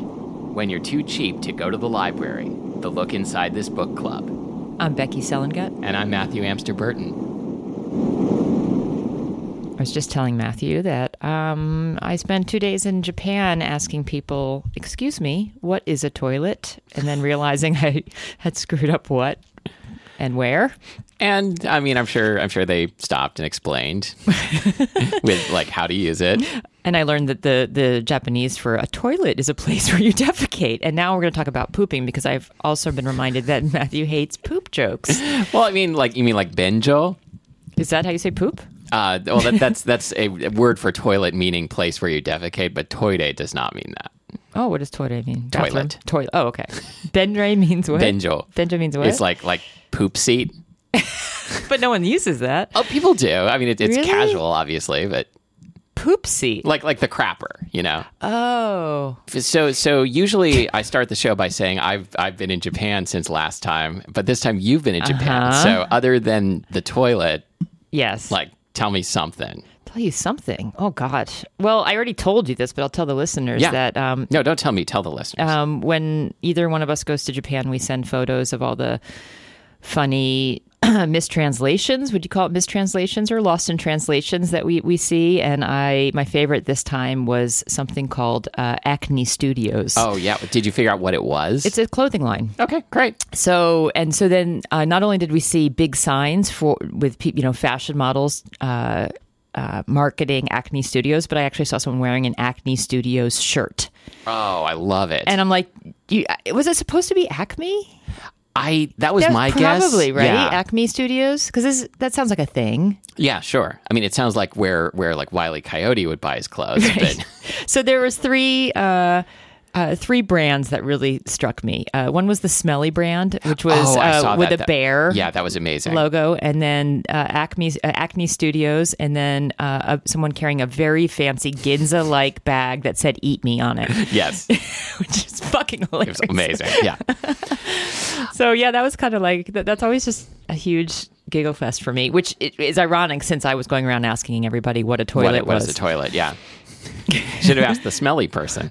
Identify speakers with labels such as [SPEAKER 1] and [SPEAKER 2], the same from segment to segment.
[SPEAKER 1] when you're too cheap to go to the library, the look inside this book club.
[SPEAKER 2] I'm Becky Selengut.
[SPEAKER 1] And I'm Matthew Amster Burton.
[SPEAKER 2] I was just telling Matthew that um, I spent two days in Japan asking people, "Excuse me, what is a toilet?" and then realizing I had screwed up what and where.
[SPEAKER 1] And I mean, I'm sure I'm sure they stopped and explained with like how to use it.
[SPEAKER 2] And I learned that the the Japanese for a toilet is a place where you defecate. And now we're going to talk about pooping because I've also been reminded that Matthew hates poop jokes.
[SPEAKER 1] Well, I mean, like you mean like benjo?
[SPEAKER 2] Is that how you say poop?
[SPEAKER 1] Uh, well, that, that's that's a word for toilet meaning place where you defecate, but toide does not mean that.
[SPEAKER 2] Oh, what does toilet mean?
[SPEAKER 1] Toilet.
[SPEAKER 2] Bathroom? Toilet. Oh, okay. Benre means what?
[SPEAKER 1] Benjo.
[SPEAKER 2] Benjo means what?
[SPEAKER 1] It's like like poop seat.
[SPEAKER 2] but no one uses that.
[SPEAKER 1] Oh, people do. I mean, it, it's
[SPEAKER 2] Really?
[SPEAKER 1] casual, obviously, but
[SPEAKER 2] Poop seat.
[SPEAKER 1] like like the crapper, you know.
[SPEAKER 2] Oh.
[SPEAKER 1] So so usually I start the show by saying I've I've been in Japan since last time, but this time you've been in Japan.
[SPEAKER 2] Uh-huh.
[SPEAKER 1] So other than the toilet,
[SPEAKER 2] Yes.
[SPEAKER 1] like tell me something.
[SPEAKER 2] tell you something. Oh God. Well, I already told you this, but I'll tell the listeners
[SPEAKER 1] Yeah.
[SPEAKER 2] that um,
[SPEAKER 1] No, don't tell me. Tell the listeners.
[SPEAKER 2] um, when either one of us goes to Japan, we send photos of all the funny mistranslations. Would you call it mistranslations or lost in translations that we, we see? And I, my favorite this time was something called uh, Acne Studios.
[SPEAKER 1] oh yeah, did you figure out what it was?
[SPEAKER 2] It's a clothing line.
[SPEAKER 1] okay, great.
[SPEAKER 2] So and so then uh, not only did we see big signs for with pe- you know fashion models uh, uh, marketing Acne Studios, but I actually saw someone wearing an Acne Studios shirt,
[SPEAKER 1] Oh, I love it.
[SPEAKER 2] and I'm like, you, uh, was it supposed to be Acme?
[SPEAKER 1] I that was
[SPEAKER 2] That's
[SPEAKER 1] my guess.
[SPEAKER 2] probably right.
[SPEAKER 1] Yeah.
[SPEAKER 2] Acme Studios, because that sounds like a thing.
[SPEAKER 1] yeah, sure. I mean, it sounds like where where like Wiley Coyote would buy his clothes, but
[SPEAKER 2] So there was three. Uh, uh, three brands that really struck me. Uh, one was the Smelly brand, which was
[SPEAKER 1] oh, I saw
[SPEAKER 2] uh, with
[SPEAKER 1] that.
[SPEAKER 2] a
[SPEAKER 1] That-
[SPEAKER 2] bear.
[SPEAKER 1] Yeah, that was amazing.
[SPEAKER 2] logo, and then uh, Acme uh, Acne Studios, and then uh, uh, someone carrying a very fancy Ginza-like bag that said "Eat Me" on it,
[SPEAKER 1] Yes,
[SPEAKER 2] which is fucking hilarious.
[SPEAKER 1] it was amazing. Yeah.
[SPEAKER 2] So yeah, that was kind of like that, that's always just a huge giggle fest for me, which i- is ironic since I was going around asking everybody what a toilet
[SPEAKER 1] what, what
[SPEAKER 2] was.
[SPEAKER 1] is a toilet? Yeah. Should have asked the smelly person.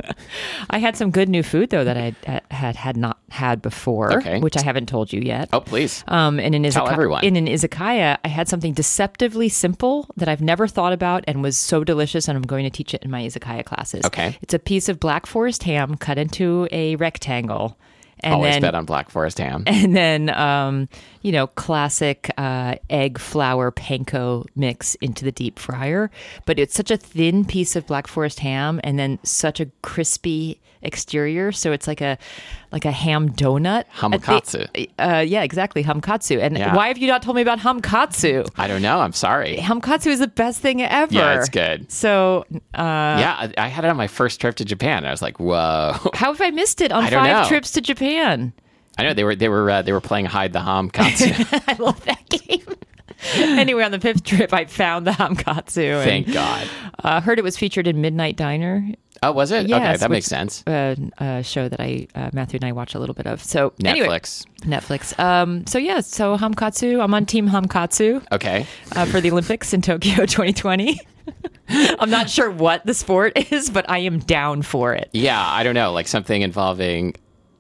[SPEAKER 2] I had some good new food though that I had had, had not had before,
[SPEAKER 1] Okay.
[SPEAKER 2] which I haven't told you yet.
[SPEAKER 1] Oh, please.
[SPEAKER 2] Um, and in,
[SPEAKER 1] Tell
[SPEAKER 2] izaka-
[SPEAKER 1] everyone.
[SPEAKER 2] in an izakaya, I had something deceptively simple that I've never thought about and was so delicious, and I'm going to teach it in my izakaya classes.
[SPEAKER 1] Okay.
[SPEAKER 2] It's a piece of black forest ham cut into a rectangle. And
[SPEAKER 1] Always
[SPEAKER 2] then,
[SPEAKER 1] bet on Black Forest ham.
[SPEAKER 2] And then, um, you know, classic uh, egg, flour, panko mix into the deep fryer. But it's such a thin piece of black forest ham, and then such a crispy exterior. So it's like a like a ham donut. At the- Uh, yeah, exactly. Hamkatsu. And
[SPEAKER 1] Yeah.
[SPEAKER 2] why have you not told me about hamkatsu?
[SPEAKER 1] I don't know. I'm sorry.
[SPEAKER 2] Hamkatsu is the best thing ever.
[SPEAKER 1] Yeah, it's good.
[SPEAKER 2] So, uh,
[SPEAKER 1] yeah, I, I had it on my first trip to Japan. I was like, whoa.
[SPEAKER 2] how have I missed it on
[SPEAKER 1] I don't
[SPEAKER 2] five
[SPEAKER 1] know.
[SPEAKER 2] trips to Japan?
[SPEAKER 1] I know they were they were uh, they were playing hide the ham katsu.
[SPEAKER 2] I love that game. anyway, on the fifth trip, I found the hamkatsu.
[SPEAKER 1] Thank
[SPEAKER 2] and,
[SPEAKER 1] God.
[SPEAKER 2] Uh, heard it was featured in Midnight Diner,
[SPEAKER 1] Oh, was it? okay,
[SPEAKER 2] Yes,
[SPEAKER 1] that
[SPEAKER 2] which-
[SPEAKER 1] makes sense.
[SPEAKER 2] a, a show that I uh, Matthew and I watch a little bit of. So anyway,
[SPEAKER 1] Netflix.
[SPEAKER 2] Netflix. Um, so yeah, so hamkatsu. I'm on Team Hamkatsu.
[SPEAKER 1] Okay.
[SPEAKER 2] uh, for the Olympics in Tokyo 2020. I'm not sure what the sport is, but I am down for it.
[SPEAKER 1] Yeah, I don't know. Like something involving.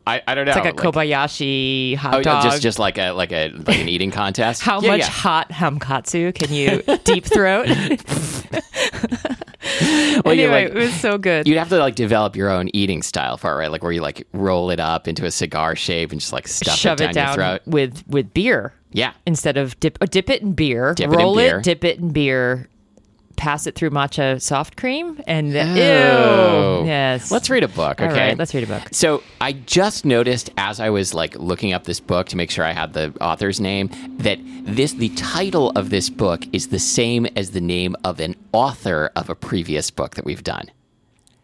[SPEAKER 1] I, I don't know.
[SPEAKER 2] Like a Kobayashi hot
[SPEAKER 1] oh,
[SPEAKER 2] dog.
[SPEAKER 1] just just like a like a like an eating contest.
[SPEAKER 2] How
[SPEAKER 1] Yeah,
[SPEAKER 2] much
[SPEAKER 1] yeah.
[SPEAKER 2] hot hamkatsu can you deep throat?
[SPEAKER 1] Well, you're
[SPEAKER 2] anyway,
[SPEAKER 1] like-
[SPEAKER 2] it was so good.
[SPEAKER 1] You'd have to like develop your own eating style for it, right? Like where you like roll it up into a cigar shape and just like stuff
[SPEAKER 2] Shove
[SPEAKER 1] it down, your throat.
[SPEAKER 2] with with beer
[SPEAKER 1] Yeah.
[SPEAKER 2] instead of dip. oh, dip it in beer.
[SPEAKER 1] Dip it in
[SPEAKER 2] roll
[SPEAKER 1] beer.
[SPEAKER 2] dip it in beer. Pass it through matcha soft cream and the,
[SPEAKER 1] Oh.
[SPEAKER 2] ew. Yes.
[SPEAKER 1] Let's read a book, okay?
[SPEAKER 2] All right, let's read a book.
[SPEAKER 1] So I just noticed as I was like looking up this book to make sure I had the author's name that this the title of this book is the same as the name of an author of a previous book that we've done.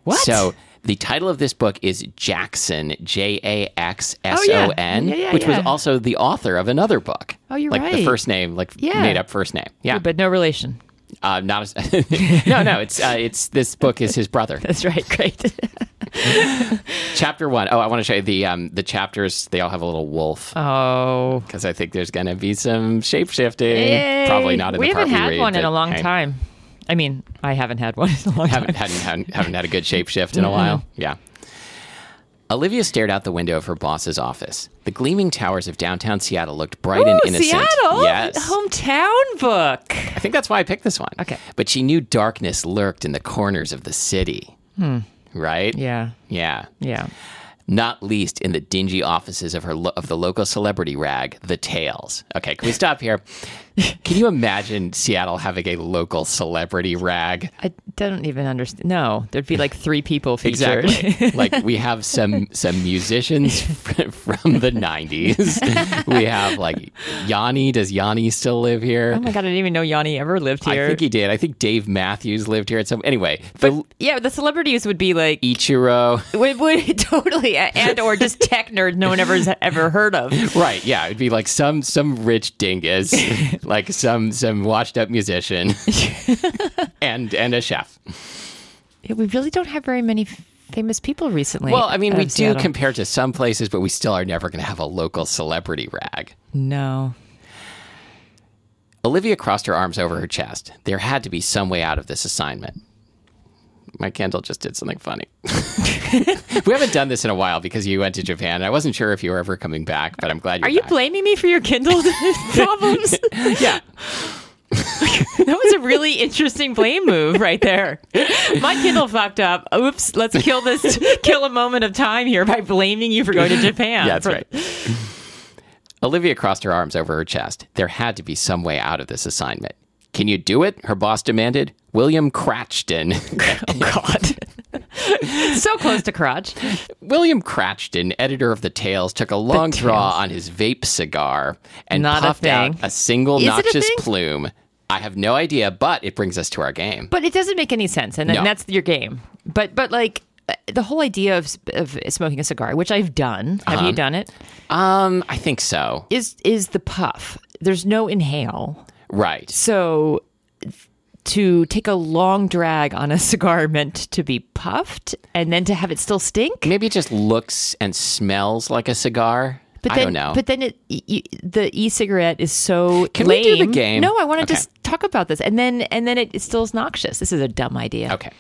[SPEAKER 2] What?
[SPEAKER 1] So the title of this book is Jackson J A X S
[SPEAKER 2] yeah.
[SPEAKER 1] O N,
[SPEAKER 2] Oh, Yeah, yeah,
[SPEAKER 1] which was
[SPEAKER 2] yeah.
[SPEAKER 1] also the author of another book.
[SPEAKER 2] Oh, you're
[SPEAKER 1] like the
[SPEAKER 2] right.
[SPEAKER 1] first name, like
[SPEAKER 2] Yeah.
[SPEAKER 1] made up first name. Yeah,
[SPEAKER 2] but no relation.
[SPEAKER 1] uh, not as, no, no. It's uh, it's this book is his brother.
[SPEAKER 2] That's right. Great.
[SPEAKER 1] chapter one. Oh, I want to show you the um the chapters. They all have a little wolf
[SPEAKER 2] oh.
[SPEAKER 1] because I think there's gonna be some shape shifting.
[SPEAKER 2] Yay.
[SPEAKER 1] Probably not in
[SPEAKER 2] we
[SPEAKER 1] the part
[SPEAKER 2] haven't had
[SPEAKER 1] read,
[SPEAKER 2] one in
[SPEAKER 1] but
[SPEAKER 2] a long
[SPEAKER 1] hey,
[SPEAKER 2] time. I mean, I haven't had one in a long
[SPEAKER 1] Haven't
[SPEAKER 2] time.
[SPEAKER 1] hadn't,
[SPEAKER 2] Mm-hmm.
[SPEAKER 1] hadn't haven't had a good shape shift in a while. Yeah. Olivia stared out the window of her boss's office. The gleaming towers of downtown Seattle looked bright and
[SPEAKER 2] Ooh,
[SPEAKER 1] innocent.
[SPEAKER 2] Oh, Seattle,
[SPEAKER 1] Yes.
[SPEAKER 2] hometown book.
[SPEAKER 1] I think that's why I picked this one.
[SPEAKER 2] Okay.
[SPEAKER 1] But she knew darkness lurked in the corners of the city. Right?
[SPEAKER 2] Hmm. Yeah,
[SPEAKER 1] Yeah.
[SPEAKER 2] yeah.
[SPEAKER 1] Not least in the dingy offices of her lo- of the local celebrity rag, The Tails. Okay, can we stop here? Can you imagine Seattle having a local celebrity rag?
[SPEAKER 2] I don't even understand. No, there'd be like three people featured.
[SPEAKER 1] Exactly. like we have some some musicians fr- from the '90s. we have like Yanni. Does Yanni still live here?
[SPEAKER 2] oh my god, I didn't even know Yanni ever lived
[SPEAKER 1] I
[SPEAKER 2] here.
[SPEAKER 1] think he did. I think Dave Matthews lived here at some. Anyway, the
[SPEAKER 2] yeah, the celebrities would be like
[SPEAKER 1] Ichiro.
[SPEAKER 2] would, would totally and or just tech nerds no one ever's ever heard of.
[SPEAKER 1] Right, yeah, it'd be like some some rich dingus, like some some washed up musician, and and a chef.
[SPEAKER 2] Yeah, We really don't have very many f- famous people recently.
[SPEAKER 1] Well, I mean,
[SPEAKER 2] out
[SPEAKER 1] we
[SPEAKER 2] of
[SPEAKER 1] do
[SPEAKER 2] Seattle.
[SPEAKER 1] compare to some places, but we still are never going to have a local celebrity rag.
[SPEAKER 2] no.
[SPEAKER 1] Olivia crossed her arms over her chest. There had to be some way out of this assignment. My candle just did something funny. we haven't done this in a while because you went to Japan. and I wasn't sure if you were ever coming back, but I'm glad you're
[SPEAKER 2] Are you
[SPEAKER 1] back.
[SPEAKER 2] blaming me for your Kindle problems? that
[SPEAKER 1] yeah.
[SPEAKER 2] was a really interesting blame move right there. My Kindle fucked up. Oops, let's kill this kill a moment of time here by blaming you for going to Japan.
[SPEAKER 1] Yeah, that's
[SPEAKER 2] For-
[SPEAKER 1] right. Olivia crossed her arms over her chest. There had to be some way out of this assignment. Can you do it? Her boss demanded. William Cratchton.
[SPEAKER 2] Oh, God. so close to crotch.
[SPEAKER 1] William Cratchton, editor of the Tales, took a long
[SPEAKER 2] Tales.
[SPEAKER 1] draw on his vape cigar and
[SPEAKER 2] Not a
[SPEAKER 1] puffed out
[SPEAKER 2] thing.
[SPEAKER 1] a single
[SPEAKER 2] Is it a
[SPEAKER 1] noxious
[SPEAKER 2] thing?
[SPEAKER 1] plume. I have no idea, but it brings us to our game.
[SPEAKER 2] But it doesn't make any sense, and,
[SPEAKER 1] No.
[SPEAKER 2] and that's your game. But but like uh, the whole idea of of smoking a cigar, which I've done. Have
[SPEAKER 1] Uh-huh.
[SPEAKER 2] you done it?
[SPEAKER 1] Um, I think so.
[SPEAKER 2] Is is the puff? There's no inhale,
[SPEAKER 1] Right.
[SPEAKER 2] so to take a long drag on a cigar meant to be puffed, and then to have it still stink.
[SPEAKER 1] Maybe it just looks and smells like a cigar.
[SPEAKER 2] But
[SPEAKER 1] I
[SPEAKER 2] then,
[SPEAKER 1] don't know.
[SPEAKER 2] But then it, y- y- the e-cigarette is so
[SPEAKER 1] Can we
[SPEAKER 2] lame.
[SPEAKER 1] do the game?
[SPEAKER 2] No, I want to
[SPEAKER 1] Okay.
[SPEAKER 2] just talk about this, and then and then it, it still is noxious. This is a dumb idea.
[SPEAKER 1] Okay.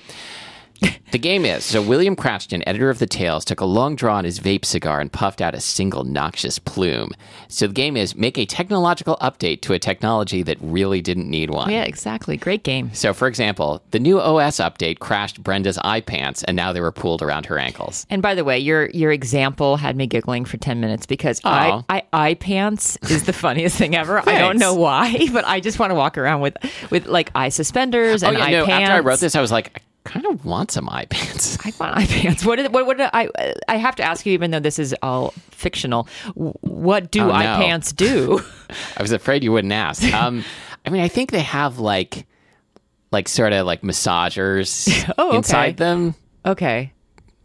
[SPEAKER 1] The game is so William Cratchton, editor of the Tales, took a long draw on his vape cigar and puffed out a single noxious plume. So the game is make a technological update to a technology that really didn't need one.
[SPEAKER 2] Yeah, exactly. Great game.
[SPEAKER 1] So, for example, the new OS update crashed Brenda's eye pants, and now they were pooled around her ankles.
[SPEAKER 2] And by the way, your your example had me giggling for ten minutes because
[SPEAKER 1] Aw.
[SPEAKER 2] I, I eye pants is the funniest thing ever. I don't
[SPEAKER 1] Thanks.
[SPEAKER 2] know why, but I just want to walk around with with like eye suspenders and
[SPEAKER 1] oh yeah,
[SPEAKER 2] eye
[SPEAKER 1] no.
[SPEAKER 2] pants.
[SPEAKER 1] After I wrote this, I was like, I kind of want some eye pants.
[SPEAKER 2] I want eye pants. What? Did, what? What? did I I have to ask you, even though this is all fictional. w- What do
[SPEAKER 1] Oh,
[SPEAKER 2] eye
[SPEAKER 1] no.
[SPEAKER 2] pants do?
[SPEAKER 1] I was afraid you wouldn't ask. Um, I mean, I think they have like, like sort of like massagers
[SPEAKER 2] Oh, okay.
[SPEAKER 1] inside them.
[SPEAKER 2] Okay.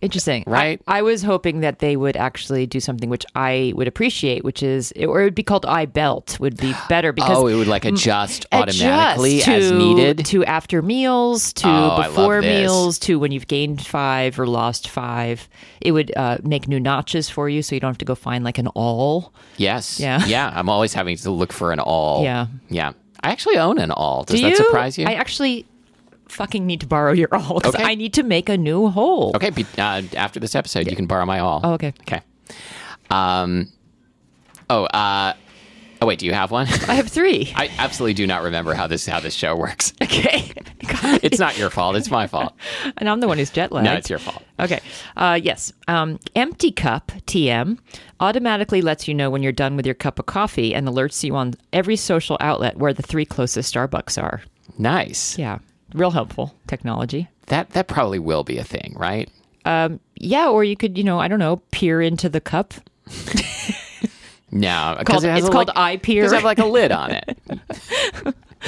[SPEAKER 2] Interesting. I-
[SPEAKER 1] Right?
[SPEAKER 2] I, was hoping that they would actually do something which I would appreciate, which is, or it would be called eye belt, would be better because.
[SPEAKER 1] Oh, it would like adjust automatically
[SPEAKER 2] adjust to,
[SPEAKER 1] as needed. Oh,
[SPEAKER 2] To after meals, to
[SPEAKER 1] I love
[SPEAKER 2] before
[SPEAKER 1] this.
[SPEAKER 2] meals, to when you've gained five or lost five. It would uh, make new notches for you so you don't have to go find like an all.
[SPEAKER 1] Yes.
[SPEAKER 2] Yeah.
[SPEAKER 1] Yeah. I'm always having to look for an all.
[SPEAKER 2] Yeah.
[SPEAKER 1] Yeah. I actually own an all. Does
[SPEAKER 2] Do
[SPEAKER 1] that
[SPEAKER 2] you?
[SPEAKER 1] surprise you?
[SPEAKER 2] I actually fucking need to borrow your all 'cause
[SPEAKER 1] Okay.
[SPEAKER 2] I need to make a new hole.
[SPEAKER 1] okay. Be, uh, after this episode, you can borrow my all.
[SPEAKER 2] Oh, okay.
[SPEAKER 1] Okay. Um. Oh. Uh. Oh wait. Do you have one?
[SPEAKER 2] I have three.
[SPEAKER 1] I absolutely do not remember how this how this show works.
[SPEAKER 2] okay. God.
[SPEAKER 1] It's not your fault. It's my fault.
[SPEAKER 2] and I'm the one who's jet lagged.
[SPEAKER 1] No, it's your fault.
[SPEAKER 2] Okay. Uh, yes. Um, empty cup TM automatically lets you know when you're done with your cup of coffee and alerts you on every social outlet where the three closest Starbucks are.
[SPEAKER 1] Nice.
[SPEAKER 2] Yeah. Real helpful technology.
[SPEAKER 1] That that probably will be a thing, right?
[SPEAKER 2] Yeah. Or you could, you know, I don't know, peer into the cup.
[SPEAKER 1] No,
[SPEAKER 2] Called-
[SPEAKER 1] because it has
[SPEAKER 2] it's
[SPEAKER 1] a,
[SPEAKER 2] called
[SPEAKER 1] like,
[SPEAKER 2] eye peer.
[SPEAKER 1] Does have like a lid on it?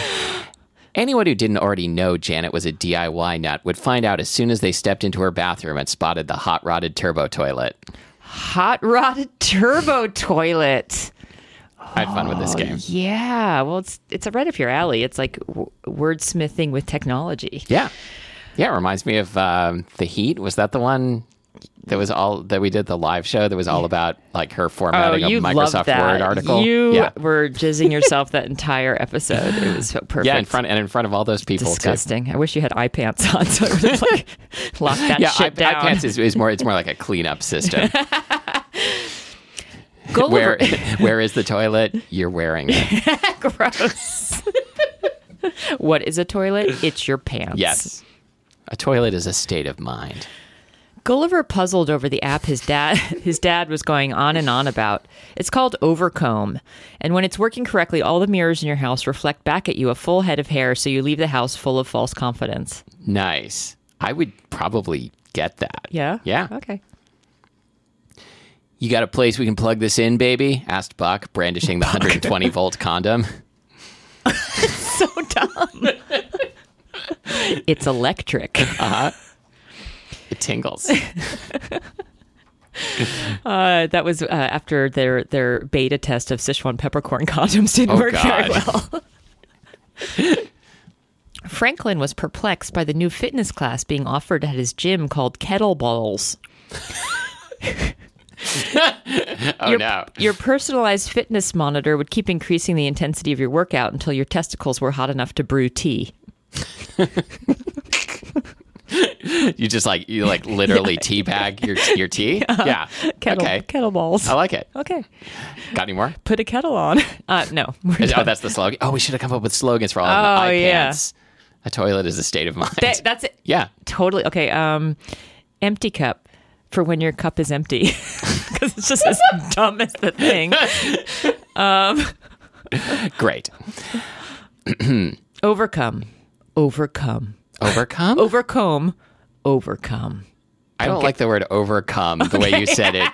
[SPEAKER 1] Anyone who didn't already know Janet was a DIY nut would find out as soon as they stepped into her bathroom and spotted the hot rotted turbo toilet.
[SPEAKER 2] Hot rod turbo toilet.
[SPEAKER 1] I had fun with
[SPEAKER 2] Oh,
[SPEAKER 1] this game.
[SPEAKER 2] Yeah. Well, it's it's right up your alley. It's like w- wordsmithing with technology.
[SPEAKER 1] Yeah, yeah. It reminds me of um, the Heat. Was that the one? that was all that we did the live show that was all about like her
[SPEAKER 2] Oh,
[SPEAKER 1] formatting
[SPEAKER 2] you
[SPEAKER 1] a
[SPEAKER 2] loved
[SPEAKER 1] Microsoft
[SPEAKER 2] that.
[SPEAKER 1] Word article.
[SPEAKER 2] You
[SPEAKER 1] yeah.
[SPEAKER 2] were jizzing yourself that entire episode. It was so perfect.
[SPEAKER 1] Yeah, in front and in front of all those people too.
[SPEAKER 2] Disgusting. I wish you had eye pants on so I would have like locked that
[SPEAKER 1] Yeah,
[SPEAKER 2] shit down.
[SPEAKER 1] iPads is, is more it's more like a cleanup system.
[SPEAKER 2] Gulliver.
[SPEAKER 1] where where is the toilet? You're wearing it.
[SPEAKER 2] Gross. what is a toilet? It's your pants.
[SPEAKER 1] Yes. A toilet is a state of mind.
[SPEAKER 2] Gulliver puzzled over the app his dad his dad was going on and on about. It's called Overcomb, and when it's working correctly, all the mirrors in your house reflect back at you a full head of hair, so you leave the house full of false confidence.
[SPEAKER 1] Nice. I would probably get that.
[SPEAKER 2] Yeah.
[SPEAKER 1] Yeah.
[SPEAKER 2] Okay.
[SPEAKER 1] You got a place we can plug this in, baby? asked Buck, brandishing the 120 volt condom.
[SPEAKER 2] So dumb. it's electric.
[SPEAKER 1] It tingles.
[SPEAKER 2] Uh, that was uh, after their their beta test of Sichuan peppercorn condoms didn't
[SPEAKER 1] Oh,
[SPEAKER 2] work very
[SPEAKER 1] God.
[SPEAKER 2] well. Franklin was perplexed by the new fitness class being offered at his gym called Kettleballs.
[SPEAKER 1] Oh
[SPEAKER 2] your,
[SPEAKER 1] no.
[SPEAKER 2] your personalized fitness monitor would keep increasing the intensity of your workout until your testicles were hot enough to brew tea.
[SPEAKER 1] You just like you like literally teabag your your tea. Yeah.
[SPEAKER 2] Kettle,
[SPEAKER 1] Okay. Oh.
[SPEAKER 2] Kettleballs.
[SPEAKER 1] I like it.
[SPEAKER 2] okay.
[SPEAKER 1] Got any more?
[SPEAKER 2] Put a kettle on. Uh, no. we're
[SPEAKER 1] Is-
[SPEAKER 2] done.
[SPEAKER 1] oh, that's the slogan. Oh, we should have come up with slogans for all
[SPEAKER 2] Oh,
[SPEAKER 1] of the eye
[SPEAKER 2] yeah.
[SPEAKER 1] pants. A toilet is a state of mind.
[SPEAKER 2] That- that's it.
[SPEAKER 1] yeah.
[SPEAKER 2] Totally. Okay. Um, empty cup for when your cup is empty. Because it's just as dumb as the thing.
[SPEAKER 1] Great.
[SPEAKER 2] Overcome. Overcome.
[SPEAKER 1] Overcome?
[SPEAKER 2] Overcome. Overcome.
[SPEAKER 1] I don't like the word overcome the way you said it.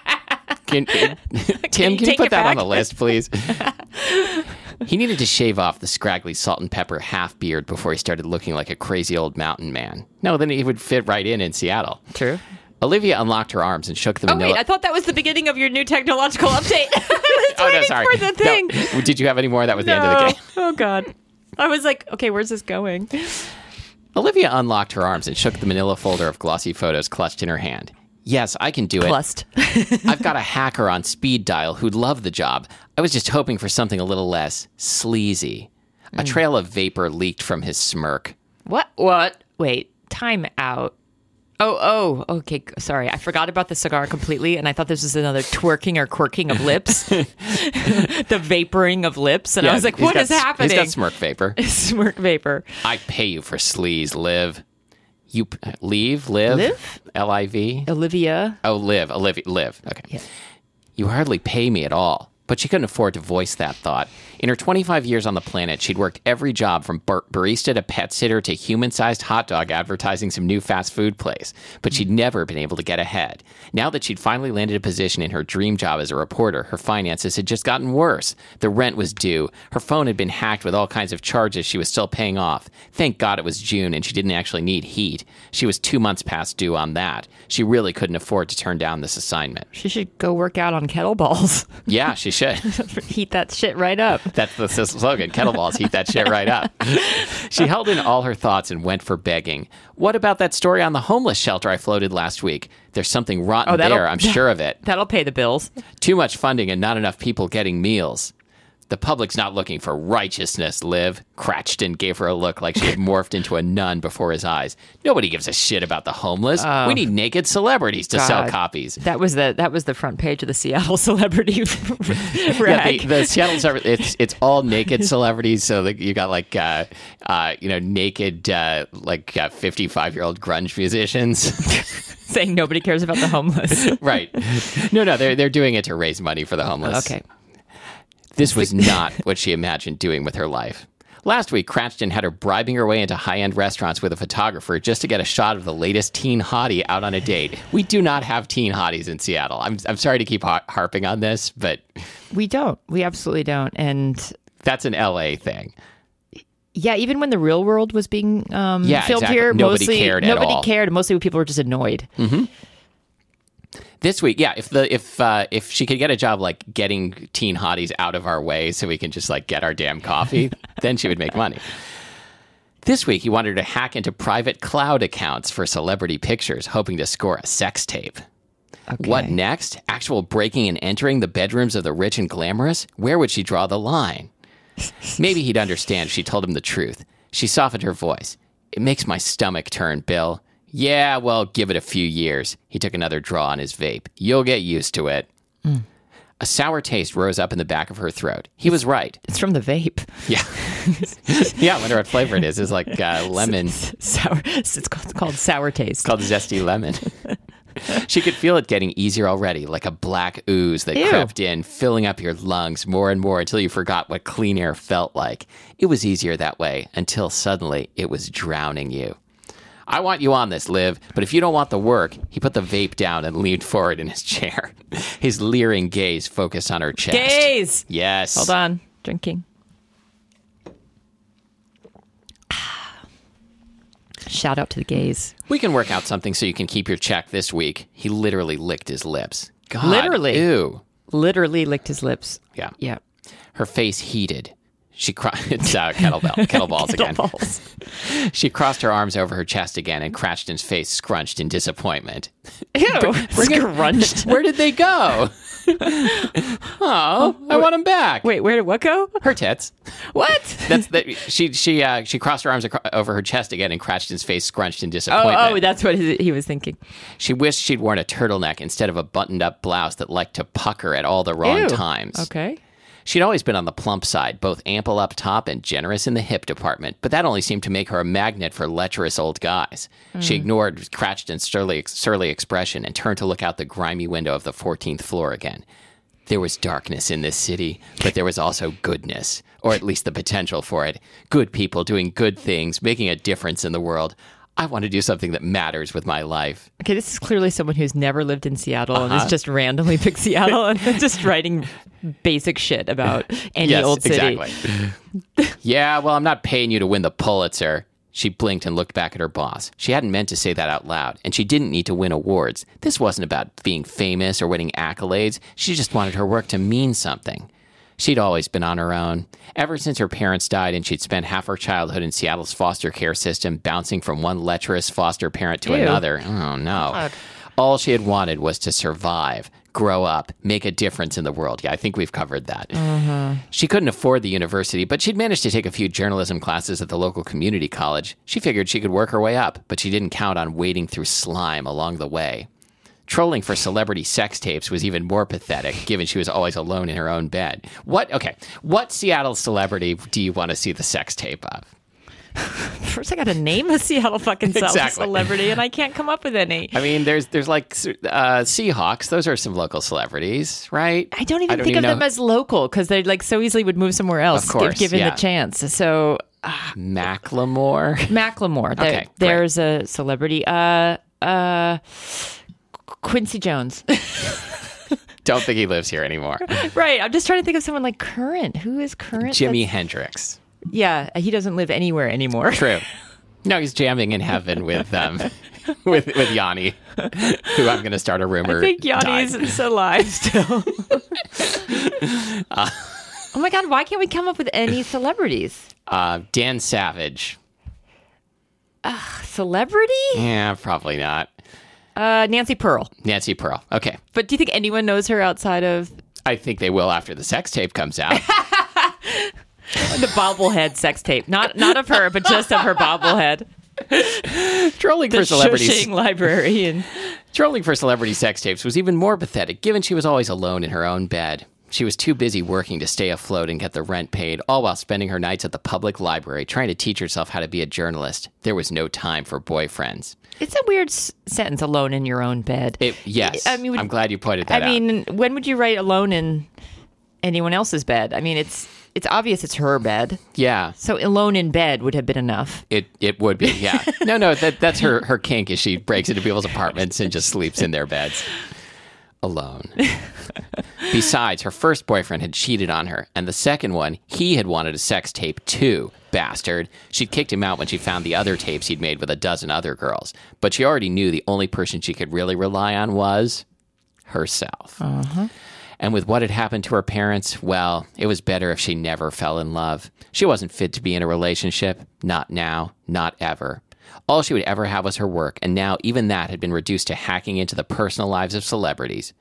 [SPEAKER 1] Can, Tim,
[SPEAKER 2] you
[SPEAKER 1] can, you
[SPEAKER 2] take
[SPEAKER 1] put
[SPEAKER 2] it
[SPEAKER 1] that on
[SPEAKER 2] back?
[SPEAKER 1] the list, please? he needed to shave off the scraggly salt and pepper half beard before he started looking like a crazy old mountain man. No, then he would fit right in in Seattle.
[SPEAKER 2] True.
[SPEAKER 1] Olivia unlocked her arms and shook the
[SPEAKER 2] Oh,
[SPEAKER 1] manila.
[SPEAKER 2] wait. I thought that was the beginning of your new technological update. I was
[SPEAKER 1] Oh,
[SPEAKER 2] waiting for
[SPEAKER 1] No.
[SPEAKER 2] the thing.
[SPEAKER 1] Did you have any more? That was the end of the game.
[SPEAKER 2] Oh God. I was like, okay, where's this going?
[SPEAKER 1] Olivia unlocked her arms and shook the manila folder of glossy photos clutched in her hand. Yes, I can do it.
[SPEAKER 2] Lust.
[SPEAKER 1] I've got a hacker on speed dial who'd love the job. I was just hoping for something a little less sleazy. A trail of vapor leaked from his smirk.
[SPEAKER 2] what? What? Wait. Time out. Oh, oh, okay. g- Sorry. I forgot about the cigar completely, and I thought this was another twerking or quirking of lips, the vaporing of lips. And I was like,
[SPEAKER 1] he's
[SPEAKER 2] what
[SPEAKER 1] got-
[SPEAKER 2] is happening?
[SPEAKER 1] He's got smirk vapor.
[SPEAKER 2] Smirk vapor.
[SPEAKER 1] I pay you for sleaze, live. You p- leave, live,
[SPEAKER 2] Live?
[SPEAKER 1] L I V.
[SPEAKER 2] Olivia.
[SPEAKER 1] Oh, live, Olivia, live. Okay. You hardly pay me at all. But she couldn't afford to voice that thought. In her 25 years on the planet, she'd worked every job from bar- barista to pet sitter to human sized hot dog advertising some new fast food place. But she'd never been able to get ahead. Now that she'd finally landed a position in her dream job as a reporter, her finances had just gotten worse. The rent was due. Her phone had been hacked with all kinds of charges she was still paying off. Thank God it was June and she didn't actually need heat. She was two months past due on that. She really couldn't afford to turn down this assignment.
[SPEAKER 2] She should go work out on kettleballs.
[SPEAKER 1] Yeah, she should.
[SPEAKER 2] Heat that shit right up.
[SPEAKER 1] That's the s- slogan. Kettleballs heat that shit right up. she held in all her thoughts and went for begging. What about that story on the homeless shelter I floated last week? There's something rotten
[SPEAKER 2] Oh, that'll-
[SPEAKER 1] there, I'm sure of it.
[SPEAKER 2] That'll pay the bills.
[SPEAKER 1] Too much funding and not enough people getting meals. The public's not looking for righteousness, Liv. Cratchton gave her a look like she had morphed into a nun before his eyes. Nobody gives a shit about the homeless. we need naked celebrities to sell
[SPEAKER 2] Oh. God.
[SPEAKER 1] copies.
[SPEAKER 2] That was the that was the front page of the Seattle celebrity
[SPEAKER 1] Yeah,
[SPEAKER 2] rag.
[SPEAKER 1] the, the Seattle celebrity, it's it's all naked celebrities. So like you got like uh, uh, you know naked uh, like fifty five year old grunge musicians,
[SPEAKER 2] saying nobody cares about the homeless.
[SPEAKER 1] right? No, no, they're they're doing it to raise money for the homeless.
[SPEAKER 2] okay.
[SPEAKER 1] This was not what she imagined doing with her life. Last week, Cratchton had her bribing her way into high end restaurants with a photographer just to get a shot of the latest teen hottie out on a date. We do not have teen hotties in Seattle. I'm, I'm sorry to keep har- harping on this, but
[SPEAKER 2] We don't. We absolutely don't. And
[SPEAKER 1] that's an LA thing.
[SPEAKER 2] yeah, even when the real world was being um,
[SPEAKER 1] Yeah,
[SPEAKER 2] filmed
[SPEAKER 1] exactly.
[SPEAKER 2] here,
[SPEAKER 1] Nobody
[SPEAKER 2] mostly
[SPEAKER 1] cared at
[SPEAKER 2] nobody
[SPEAKER 1] all.
[SPEAKER 2] cared. Mostly people were just annoyed.
[SPEAKER 1] This week, yeah. If the if uh, if she could get a job like getting teen hotties out of our way so we can just like get our damn coffee, then she would make money. This week, he wanted to hack into private cloud accounts for celebrity pictures, hoping to score a sex tape. What next? Actual breaking and entering the bedrooms of the rich and glamorous? Where would she draw the line? Maybe he'd understand if she told him the truth. She softened her voice. It makes my stomach turn, Bill. Yeah, well, give it a few years. He took another draw on his vape. You'll get used to it. A sour taste rose up in the back of her throat. He was right.
[SPEAKER 2] It's from the vape.
[SPEAKER 1] Yeah. yeah, I wonder what flavor it is. It's like uh, lemon, it's
[SPEAKER 2] Sour. It's called, called sour taste.
[SPEAKER 1] called zesty lemon. she could feel it getting easier already, like a black ooze that
[SPEAKER 2] Ew.
[SPEAKER 1] crept in, filling up your lungs more and more until you forgot what clean air felt like. It was easier that way until suddenly it was drowning you. I want you on this, Liv, but if you don't want the work, he put the vape down and leaned forward in his chair. His leering gaze focused on her chest.
[SPEAKER 2] Gaze.
[SPEAKER 1] Yes.
[SPEAKER 2] Hold on. Drinking. Shout out to the gays.
[SPEAKER 1] We can work out something so you can keep your check this week. He literally licked his lips. God.
[SPEAKER 2] Literally?
[SPEAKER 1] Ew.
[SPEAKER 2] Literally licked his lips.
[SPEAKER 1] Yeah.
[SPEAKER 2] Yeah.
[SPEAKER 1] Her face heated. She cro- it's uh, kettlebell, kettleballs again.
[SPEAKER 2] Balls.
[SPEAKER 1] She crossed her arms over her chest again and Cratchton's face scrunched in disappointment.
[SPEAKER 2] Ew. Scrunched.
[SPEAKER 1] Where did they go? oh, I want them back.
[SPEAKER 2] Wait, where did what go?
[SPEAKER 1] her tits.
[SPEAKER 2] What?
[SPEAKER 1] That's that. She she uh, she crossed her arms acro- over her chest again and Cratchton's face scrunched in
[SPEAKER 2] Oh,
[SPEAKER 1] disappointment.
[SPEAKER 2] oh, that's what he he was thinking.
[SPEAKER 1] She wished she'd worn a turtleneck instead of a buttoned-up blouse that liked to pucker at all the wrong
[SPEAKER 2] Ew.
[SPEAKER 1] times.
[SPEAKER 2] Okay.
[SPEAKER 1] She'd always been on the plump side, both ample up top and generous in the hip department, but that only seemed to make her a magnet for lecherous old guys. She ignored Cratchton's surly, surly expression and turned to look out the grimy window of the 14th floor again. There was darkness in this city, but there was also goodness, or at least the potential for it. Good people doing good things, making a difference in the world. I want to do something that matters with my life.
[SPEAKER 2] Okay, this is clearly someone who's never lived in Seattle
[SPEAKER 1] Uh-huh.
[SPEAKER 2] and is just randomly picked Seattle and just writing basic shit about any old city.
[SPEAKER 1] Exactly. yeah, well, I'm not paying you to win the Pulitzer. She blinked and looked back at her boss. She hadn't meant to say that out loud, and she didn't need to win awards. This wasn't about being famous or winning accolades. She just wanted her work to mean something. She'd always been on her own. Ever since her parents died, and she'd spent half her childhood in Seattle's foster care system, bouncing from one lecherous foster parent to
[SPEAKER 2] Ew.
[SPEAKER 1] another. Oh, no. All she had wanted was to survive, grow up, make a difference in the world. Yeah, I think we've covered that.
[SPEAKER 2] Mm.
[SPEAKER 1] She couldn't afford the university, but she'd managed to take a few journalism classes at the local community college. She figured she could work her way up, but she didn't count on wading through slime along the way. Trolling for celebrity sex tapes was even more pathetic, given she was always alone in her own bed. What, okay, what Seattle celebrity do you want to see the sex tape of?
[SPEAKER 2] First, I got to name a Seattle fucking cel-
[SPEAKER 1] Exactly.
[SPEAKER 2] celebrity, and I can't come up with any.
[SPEAKER 1] I mean, there's there's like uh, Seahawks. Those are some local celebrities, right?
[SPEAKER 2] I don't even think of
[SPEAKER 1] know.
[SPEAKER 2] them as local because they like so easily would move somewhere else
[SPEAKER 1] course,
[SPEAKER 2] if given
[SPEAKER 1] yeah.
[SPEAKER 2] the chance. So
[SPEAKER 1] Macklemore.
[SPEAKER 2] Macklemore, there-
[SPEAKER 1] Okay, great.
[SPEAKER 2] there's a celebrity. Uh, uh, Quincy Jones.
[SPEAKER 1] Don't think he lives here anymore.
[SPEAKER 2] right. I'm just trying to think of someone like current. Who is current?
[SPEAKER 1] Jimi Hendrix.
[SPEAKER 2] That's- yeah, he doesn't live anywhere anymore.
[SPEAKER 1] True. No, he's jamming in heaven with um with with Yanni, who I'm going to start a rumor.
[SPEAKER 2] I think
[SPEAKER 1] died.
[SPEAKER 2] Yanni's is alive still. oh my god! Why can't we come up with any celebrities?
[SPEAKER 1] uh, Dan Savage.
[SPEAKER 2] Celebrity?
[SPEAKER 1] Yeah, probably not.
[SPEAKER 2] Uh, Nancy Pearl.
[SPEAKER 1] Nancy Pearl. Okay,
[SPEAKER 2] But do you think anyone knows her outside of
[SPEAKER 1] I think they will after the sex tape comes out.
[SPEAKER 2] the bobblehead sex tape? Not not of her, but just of her bobblehead.
[SPEAKER 1] Trolling
[SPEAKER 2] The
[SPEAKER 1] for celebrities.
[SPEAKER 2] Shawshank Library and
[SPEAKER 1] Trolling for celebrity sex tapes was even more pathetic, given she was always alone in her own bed. She was too busy working to stay afloat and get the rent paid, all while spending her nights at the public library trying to teach herself how to be a journalist. There was no time for boyfriends.
[SPEAKER 2] it's a weird s- sentence. Alone in your own bed.
[SPEAKER 1] It, yes, I
[SPEAKER 2] I mean, would-
[SPEAKER 1] am glad you pointed that
[SPEAKER 2] I
[SPEAKER 1] out.
[SPEAKER 2] mean, when would you write alone in anyone else's bed? I mean, it's it's obvious it's her bed.
[SPEAKER 1] yeah,
[SPEAKER 2] So alone in bed would have been enough.
[SPEAKER 1] It it would be, yeah. No, no, that that's her her kink is she breaks into people's apartments and just sleeps in their beds alone. Besides, her first boyfriend had cheated on her, and the second one, he had wanted a sex tape too, bastard. She'd kicked him out when she found the other tapes he'd made with a dozen other girls, but she already knew the only person she could really rely on was herself. And with what had happened to her parents, well, it was better if she never fell in love. She wasn't fit to be in a relationship. Not now, not ever. All she would ever have was her work, and now even that had been reduced to hacking into the personal lives of celebrities.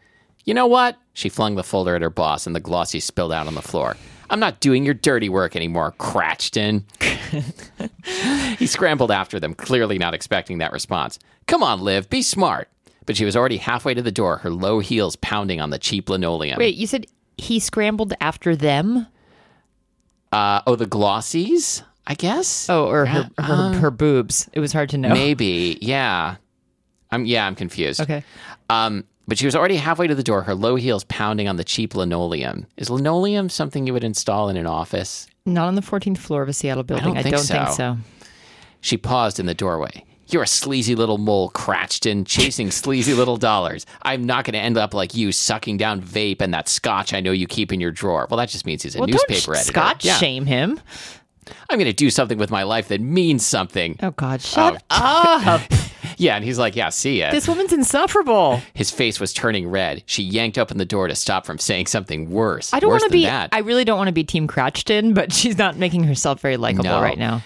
[SPEAKER 1] You know what? She flung the folder at her boss, and the glossy spilled out on the floor. I'm not doing your dirty work anymore, Cratchton. he scrambled after them, clearly not expecting that response. Come on, Liv, be smart. But she was already halfway to the door, her low heels pounding on the cheap linoleum.
[SPEAKER 2] Wait, you said he scrambled after them?
[SPEAKER 1] Uh, oh, the glossies, I guess?
[SPEAKER 2] Oh, or her, her,
[SPEAKER 1] uh-huh.
[SPEAKER 2] her boobs. It was hard to know.
[SPEAKER 1] Maybe, yeah. I'm yeah, I'm confused.
[SPEAKER 2] Okay.
[SPEAKER 1] Um, but she was already halfway to the door, her low heels pounding on the cheap linoleum. Is linoleum something you would install in an office?
[SPEAKER 2] Not on the 14th floor of a Seattle building.
[SPEAKER 1] don't think
[SPEAKER 2] think
[SPEAKER 1] so.
[SPEAKER 2] so.
[SPEAKER 1] She paused in the doorway. You're a sleazy little mole, Cratchton, chasing sleazy little dollars. I'm not going to end up like you, sucking down vape and that scotch I know you keep in your drawer. Well, that just means he's a
[SPEAKER 2] Well,
[SPEAKER 1] newspaper
[SPEAKER 2] don't sh-
[SPEAKER 1] editor.
[SPEAKER 2] Scott
[SPEAKER 1] Yeah.
[SPEAKER 2] shame him.
[SPEAKER 1] I'm going to do something with my life that means something.
[SPEAKER 2] Oh God, shut up!
[SPEAKER 1] Yeah, and he's like, yeah, see ya.
[SPEAKER 2] this woman's insufferable.
[SPEAKER 1] His face was turning red. She yanked open the door to stop from saying something worse.
[SPEAKER 2] I don't
[SPEAKER 1] worse
[SPEAKER 2] want to
[SPEAKER 1] than
[SPEAKER 2] be.
[SPEAKER 1] that.
[SPEAKER 2] I really don't want to be Team Cratchton, but she's not making herself very likable
[SPEAKER 1] No.
[SPEAKER 2] right now.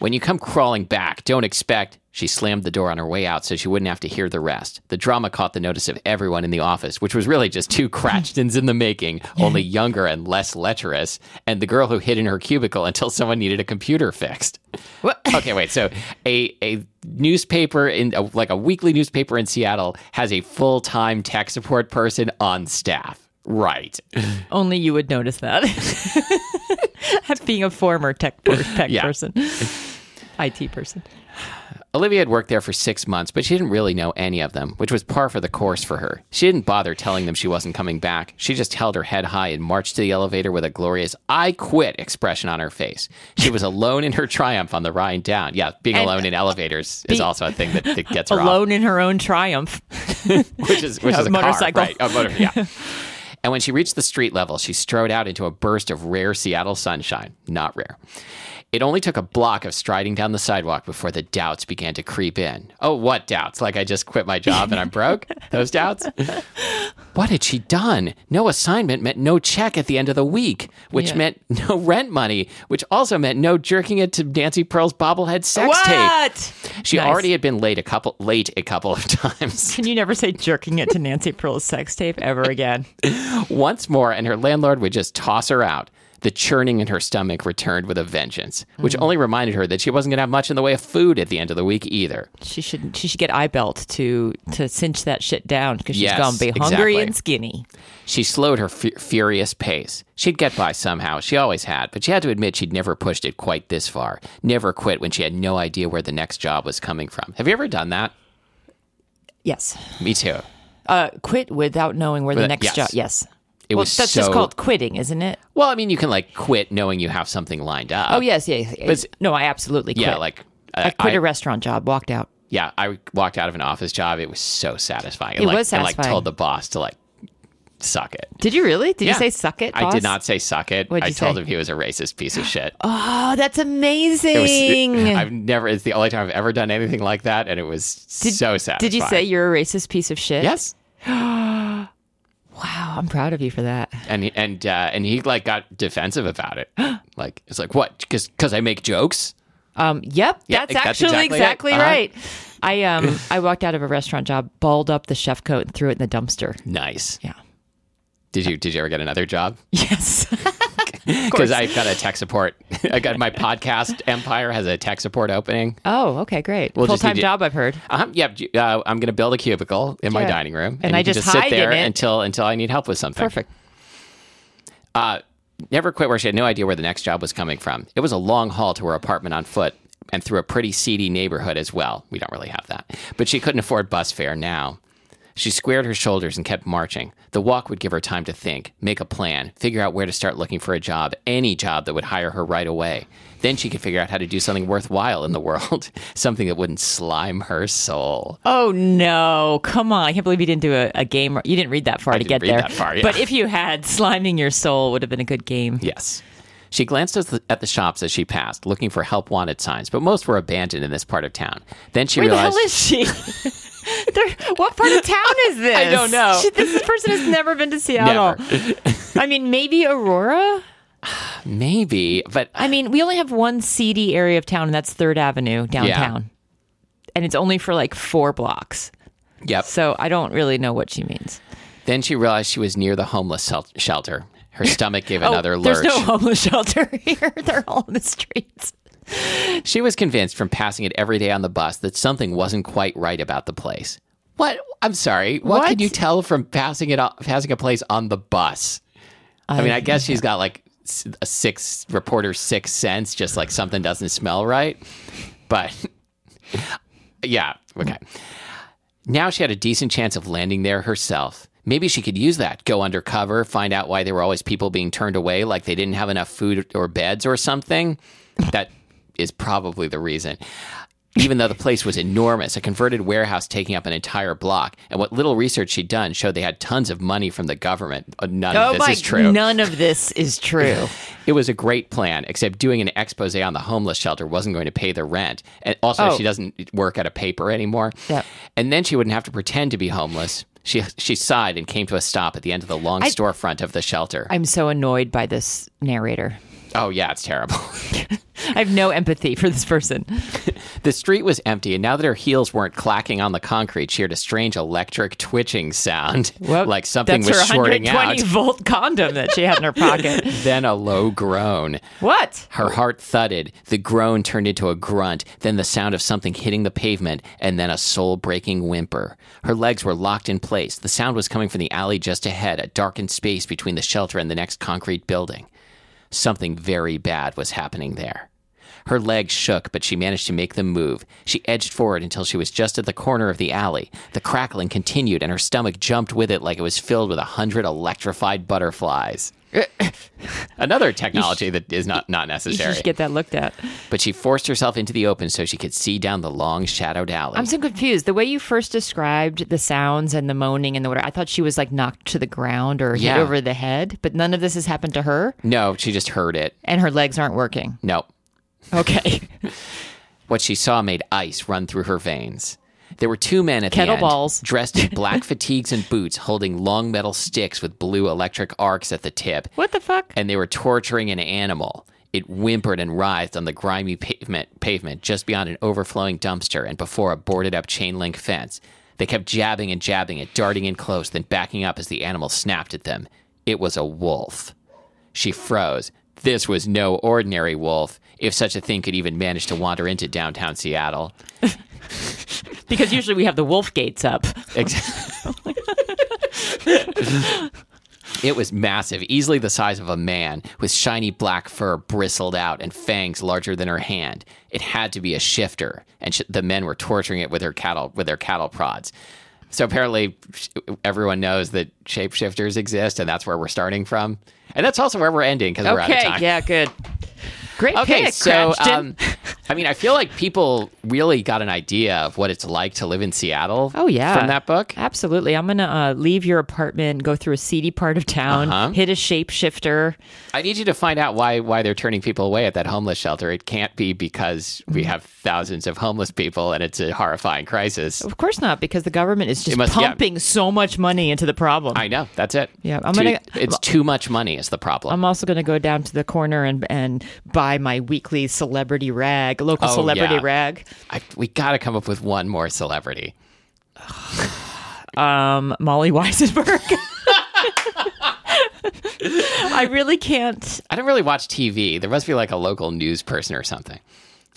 [SPEAKER 1] When you come crawling back, don't expect. She slammed the door on her way out so she wouldn't have to hear the rest. The drama caught the notice of everyone in the office, which was really just two Cratchtons in the making, only younger and less lecherous, and the girl who hid in her cubicle until someone needed a computer fixed. Okay, wait. So a a newspaper in a, like a weekly newspaper in Seattle has a full time tech support person on staff. Right.
[SPEAKER 2] Only you would notice that. Being a former tech, per- tech
[SPEAKER 1] Yeah.
[SPEAKER 2] person, IT person.
[SPEAKER 1] Olivia had worked there for six months, but she didn't really know any of them, which was par for the course for her. She didn't bother telling them she wasn't coming back. She just held her head high and marched to the elevator with a glorious I quit expression on her face. She was alone in her triumph on the Rhine Down. Yeah, being alone in elevators is
[SPEAKER 2] be-
[SPEAKER 1] also a thing that, that gets her off
[SPEAKER 2] Alone in her own triumph.
[SPEAKER 1] which is which
[SPEAKER 2] Yeah,
[SPEAKER 1] is a
[SPEAKER 2] motorcycle.
[SPEAKER 1] car, right? A motor, yeah. and when she reached the street level, she strode out into a burst of rare Seattle sunshine. Not rare. It only took a block of striding down the sidewalk before the doubts began to creep in. Oh, what doubts? Like I just quit my job and I'm broke? Those doubts? What had she done? No assignment meant no check at the end of the week, which
[SPEAKER 2] Yeah.
[SPEAKER 1] meant no rent money, which also meant no jerking it to Nancy Pearl's bobblehead sex tape. She
[SPEAKER 2] Nice.
[SPEAKER 1] already had been late a couple late a couple of times.
[SPEAKER 2] Can you never say jerking it to Nancy Pearl's sex tape ever again?
[SPEAKER 1] once more, and her landlord would just toss her out. The churning in her stomach returned with a vengeance, which
[SPEAKER 2] Mm.
[SPEAKER 1] only reminded her that she wasn't going to have much in the way of food at the end of the week either.
[SPEAKER 2] She should. She should get eye belt to to cinch that shit down because she's
[SPEAKER 1] Yes,
[SPEAKER 2] gonna be hungry
[SPEAKER 1] exactly.
[SPEAKER 2] and skinny.
[SPEAKER 1] She slowed her fu- furious pace. She'd get by somehow, she always had, but she had to admit she'd never pushed it quite this far. Never quit when she had no idea where the next job was coming from. Have you ever done that?
[SPEAKER 2] Yes.
[SPEAKER 1] Me too.
[SPEAKER 2] Uh, quit without knowing where the
[SPEAKER 1] With-
[SPEAKER 2] next
[SPEAKER 1] yes.
[SPEAKER 2] job. Yes.
[SPEAKER 1] It
[SPEAKER 2] well,
[SPEAKER 1] was
[SPEAKER 2] that's
[SPEAKER 1] so-
[SPEAKER 2] just called quitting, isn't it?
[SPEAKER 1] Well, I mean, you can like quit knowing you have something lined up.
[SPEAKER 2] Oh yes, yes. yes.
[SPEAKER 1] it's-
[SPEAKER 2] no, I absolutely quit.
[SPEAKER 1] yeah, like
[SPEAKER 2] I quit a restaurant job, walked out.
[SPEAKER 1] yeah, I walked out of an office job. It was so satisfying. It
[SPEAKER 2] was
[SPEAKER 1] And like
[SPEAKER 2] satisfying.
[SPEAKER 1] told the boss to like suck it.
[SPEAKER 2] Did you really? Did
[SPEAKER 1] Yeah.
[SPEAKER 2] you say suck it?
[SPEAKER 1] I
[SPEAKER 2] boss?
[SPEAKER 1] did not say suck it.
[SPEAKER 2] What'd
[SPEAKER 1] I
[SPEAKER 2] you
[SPEAKER 1] told
[SPEAKER 2] say?
[SPEAKER 1] him he was a racist piece of shit.
[SPEAKER 2] Oh, that's
[SPEAKER 1] It was-
[SPEAKER 2] amazing.
[SPEAKER 1] I've never. It's the only time I've ever done anything like that, and it was so satisfying.
[SPEAKER 2] Did you say you're a racist piece of shit?
[SPEAKER 1] yes?
[SPEAKER 2] Wow, Oh, I'm proud of you for that.
[SPEAKER 1] And he, and uh, and he like got defensive about it. like it's like what? Because I make jokes.
[SPEAKER 2] Um, yep,
[SPEAKER 1] Yeah,
[SPEAKER 2] that's,
[SPEAKER 1] that's
[SPEAKER 2] actually
[SPEAKER 1] exactly it.
[SPEAKER 2] exactly,
[SPEAKER 1] Uh-huh.
[SPEAKER 2] right. I um I walked out of a restaurant job, balled up the chef coat and threw it in the dumpster.
[SPEAKER 1] Nice.
[SPEAKER 2] Yeah.
[SPEAKER 1] Did you did you ever get another job?
[SPEAKER 2] Yes.
[SPEAKER 1] Because I got a tech support. I got my podcast empire has a tech support opening.
[SPEAKER 2] oh, okay, great. Full
[SPEAKER 1] just need
[SPEAKER 2] time
[SPEAKER 1] to-
[SPEAKER 2] job, I've heard.
[SPEAKER 1] Um, yep. you- Uh, I'm going to build a cubicle in my
[SPEAKER 2] Yeah.
[SPEAKER 1] dining room, and,
[SPEAKER 2] I
[SPEAKER 1] you can
[SPEAKER 2] just
[SPEAKER 1] just sit
[SPEAKER 2] hide in
[SPEAKER 1] there
[SPEAKER 2] it.
[SPEAKER 1] until until I need help with something. Uh,
[SPEAKER 2] Perfect.
[SPEAKER 1] Never quit where she had no idea where the next job was coming from. It was a long haul to her apartment on foot and through a pretty seedy neighborhood as well. We don't really have that. But she couldn't afford bus fare now. She squared her shoulders and kept marching. The walk would give her time to think, make a plan, figure out where to start looking for a job, any job that would hire her right away. Then she could figure out how to do something worthwhile in the world, something that wouldn't slime her soul.
[SPEAKER 2] Oh no! Come on! I can't believe you didn't do a, a game. You didn't read that far to
[SPEAKER 1] didn't
[SPEAKER 2] get
[SPEAKER 1] read
[SPEAKER 2] there.
[SPEAKER 1] that far, yeah.
[SPEAKER 2] But if you had, sliming your soul would have been a good game.
[SPEAKER 1] Yes. She glanced at the, at the shops as she passed, looking for help wanted signs, but most were abandoned in this part of town. Then she
[SPEAKER 2] Where the
[SPEAKER 1] realized
[SPEAKER 2] hell is she? There- what part of town is this?
[SPEAKER 1] I don't know.
[SPEAKER 2] She- this person has never been to Seattle. I mean, maybe Aurora.
[SPEAKER 1] Maybe, but
[SPEAKER 2] I mean, we only have one seedy area of town, and that's Third Avenue downtown. and it's only for like four blocks.
[SPEAKER 1] Yep.
[SPEAKER 2] So I don't really know what she means.
[SPEAKER 1] Then she realized she was near the homeless sel- shelter. Her stomach gave another
[SPEAKER 2] oh,
[SPEAKER 1] lurch.
[SPEAKER 2] There's no homeless shelter here. They're all in the streets.
[SPEAKER 1] She was convinced from passing it every day on the bus that something wasn't quite right about the place. What? I'm sorry. What,
[SPEAKER 2] What?
[SPEAKER 1] can you tell from passing it o- passing a place on the bus? I, mean, I guess she's got like s- a six reporter six sense, just like something doesn't smell right. But yeah, okay. Now she had a decent chance of landing there herself. Maybe she could use that, go undercover, find out why there were always people being turned away, like they didn't have enough food or beds or something. That is probably the reason. Even though the place was enormous, a converted warehouse taking up an entire block, and what little research she'd done showed they had tons of money from the government. Uh, None of
[SPEAKER 2] Oh
[SPEAKER 1] this
[SPEAKER 2] my!
[SPEAKER 1] is true.
[SPEAKER 2] None of this is true.
[SPEAKER 1] It was a great plan, except doing an expose on the homeless shelter wasn't going to pay the rent. And also,
[SPEAKER 2] Oh.
[SPEAKER 1] she doesn't work at a paper anymore.
[SPEAKER 2] Yep.
[SPEAKER 1] And then she wouldn't have to pretend to be homeless. She, she sighed and came to a stop at the end of the long storefront of the shelter.
[SPEAKER 2] I'm so annoyed by this narrator.
[SPEAKER 1] oh, yeah, it's terrible.
[SPEAKER 2] I have no empathy for this person.
[SPEAKER 1] the street was empty, and now that her heels weren't clacking on the concrete, she heard a strange electric twitching sound,
[SPEAKER 2] Well,
[SPEAKER 1] like something was
[SPEAKER 2] that's her
[SPEAKER 1] shorting out.
[SPEAKER 2] 120 volt condom that she had in her pocket.
[SPEAKER 1] Then a low groan.
[SPEAKER 2] What?
[SPEAKER 1] Her heart thudded. The groan turned into a grunt, then the sound of something hitting the pavement, and then a soul breaking whimper. Her legs were locked in place. The sound was coming from the alley just ahead, a darkened space between the shelter and the next concrete building. Something very bad was happening there. Her legs shook, but she managed to make them move. She edged forward until she was just at the corner of the alley. The crackling continued, and her stomach jumped with it like it was filled with a hundred electrified butterflies. Another technology that is not, not
[SPEAKER 2] You
[SPEAKER 1] necessary
[SPEAKER 2] should get that looked at.
[SPEAKER 1] but she forced herself into the open so she could see down the long shadowed alley.
[SPEAKER 2] I'm so confused. The way you first described the sounds and the moaning and the whatever, I thought she was like knocked to the ground or hit
[SPEAKER 1] Yeah.
[SPEAKER 2] over the head, but none of this has happened to her,
[SPEAKER 1] no, she just heard it.
[SPEAKER 2] and her legs aren't working.
[SPEAKER 1] No.
[SPEAKER 2] Okay,
[SPEAKER 1] What she saw made ice run through her veins. There were two men at the
[SPEAKER 2] Kettle
[SPEAKER 1] end,
[SPEAKER 2] balls.
[SPEAKER 1] dressed in black fatigues and boots, holding long metal sticks with blue electric arcs at the tip,
[SPEAKER 2] what the fuck?
[SPEAKER 1] and they were torturing an animal. It whimpered and writhed on the grimy pavement, pavement just beyond an overflowing dumpster and before a boarded up chain link fence. They kept jabbing and jabbing it, darting in close, then backing up as the animal snapped at them. It was a wolf. She froze. This was no ordinary wolf, if such a thing could even manage to wander into downtown Seattle.
[SPEAKER 2] Because usually we have the wolf gates up.
[SPEAKER 1] Exactly. it was massive, easily the size of a man, with shiny black fur bristled out and fangs larger than her hand. It had to be a shifter, and sh- the men were torturing it with her cattle with their cattle prods. So apparently, sh- everyone knows that shapeshifters exist, and that's where we're starting from, and that's also where we're ending because we're out of
[SPEAKER 2] Okay,
[SPEAKER 1] time.
[SPEAKER 2] yeah, good. Great
[SPEAKER 1] Okay,
[SPEAKER 2] pick,
[SPEAKER 1] so
[SPEAKER 2] Cratchton.
[SPEAKER 1] um, I mean, I feel like people really got an idea of what it's like to live in Seattle.
[SPEAKER 2] Oh, yeah.
[SPEAKER 1] from that book.
[SPEAKER 2] Absolutely. I'm going to uh, leave your apartment, go through a seedy part of town,
[SPEAKER 1] Uh-huh.
[SPEAKER 2] hit a shapeshifter.
[SPEAKER 1] I need you to find out why why they're turning people away at that homeless shelter. It can't be because we
[SPEAKER 2] Mm-hmm.
[SPEAKER 1] have thousands of homeless people and it's a horrifying crisis.
[SPEAKER 2] Of course not, because the government is just
[SPEAKER 1] must- yeah.
[SPEAKER 2] pumping so much money into the problem.
[SPEAKER 1] I know. That's it.
[SPEAKER 2] Yeah, I'm Um,
[SPEAKER 1] Too-
[SPEAKER 2] gonna-
[SPEAKER 1] It's too much money is the problem.
[SPEAKER 2] I'm also going to go down to the corner and and buy my weekly celebrity rag, local
[SPEAKER 1] Oh,
[SPEAKER 2] celebrity
[SPEAKER 1] yeah.
[SPEAKER 2] rag.
[SPEAKER 1] I, we got to come up with one more celebrity.
[SPEAKER 2] Um, Molly Weisenberg. I really can't.
[SPEAKER 1] I don't really watch TV. There must be like a local news person or something.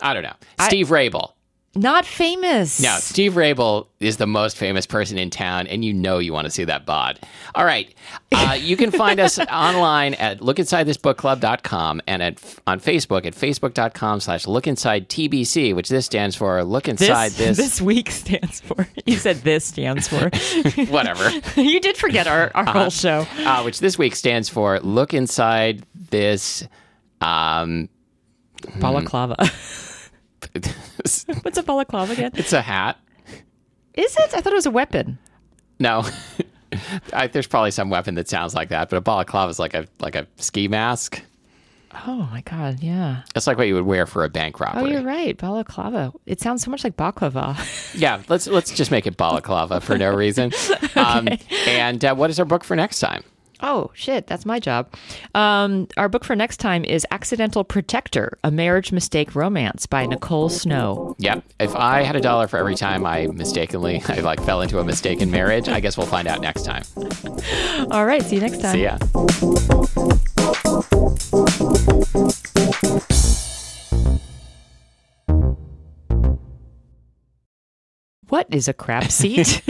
[SPEAKER 1] I don't know. Steve Rabel.
[SPEAKER 2] Not famous.
[SPEAKER 1] Now, Steve Rabel is the most famous person in town, and you know you want to see that bod. All right. Uh, you can find us online at lookinsidethisbookclub.com and at on Facebook at facebook.com slash lookinsidetbc, which this stands for Look Inside This,
[SPEAKER 2] This, this week stands for. You said this stands for.
[SPEAKER 1] whatever,
[SPEAKER 2] you did forget our, our whole show.
[SPEAKER 1] uh, which this week stands for Look Inside This... Um,
[SPEAKER 2] Balaclava.
[SPEAKER 1] it's
[SPEAKER 2] What's a balaclava again?
[SPEAKER 1] a hat.
[SPEAKER 2] Is it? I thought it was a weapon.
[SPEAKER 1] No. I, there's probably some weapon that sounds like that, but a balaclava is like a like a ski mask.
[SPEAKER 2] Oh my god! Yeah.
[SPEAKER 1] That's like what you would wear for a bank robbery.
[SPEAKER 2] Oh, you're right. Balaclava. It sounds so much like baklava.
[SPEAKER 1] Yeah, let's let's just make it balaclava for no reason. Um, and uh, what is our book for next time?
[SPEAKER 2] Oh, shit, that's my job. Um, our book for next time is Accidental Protector A Marriage Mistake Romance by Nicole Snow.
[SPEAKER 1] Yep. If I had a dollar for every time I mistakenly I like fell into a mistaken marriage, I guess we'll find out next time.
[SPEAKER 2] All right, see you next time.
[SPEAKER 1] See ya.
[SPEAKER 2] What is a crap seat?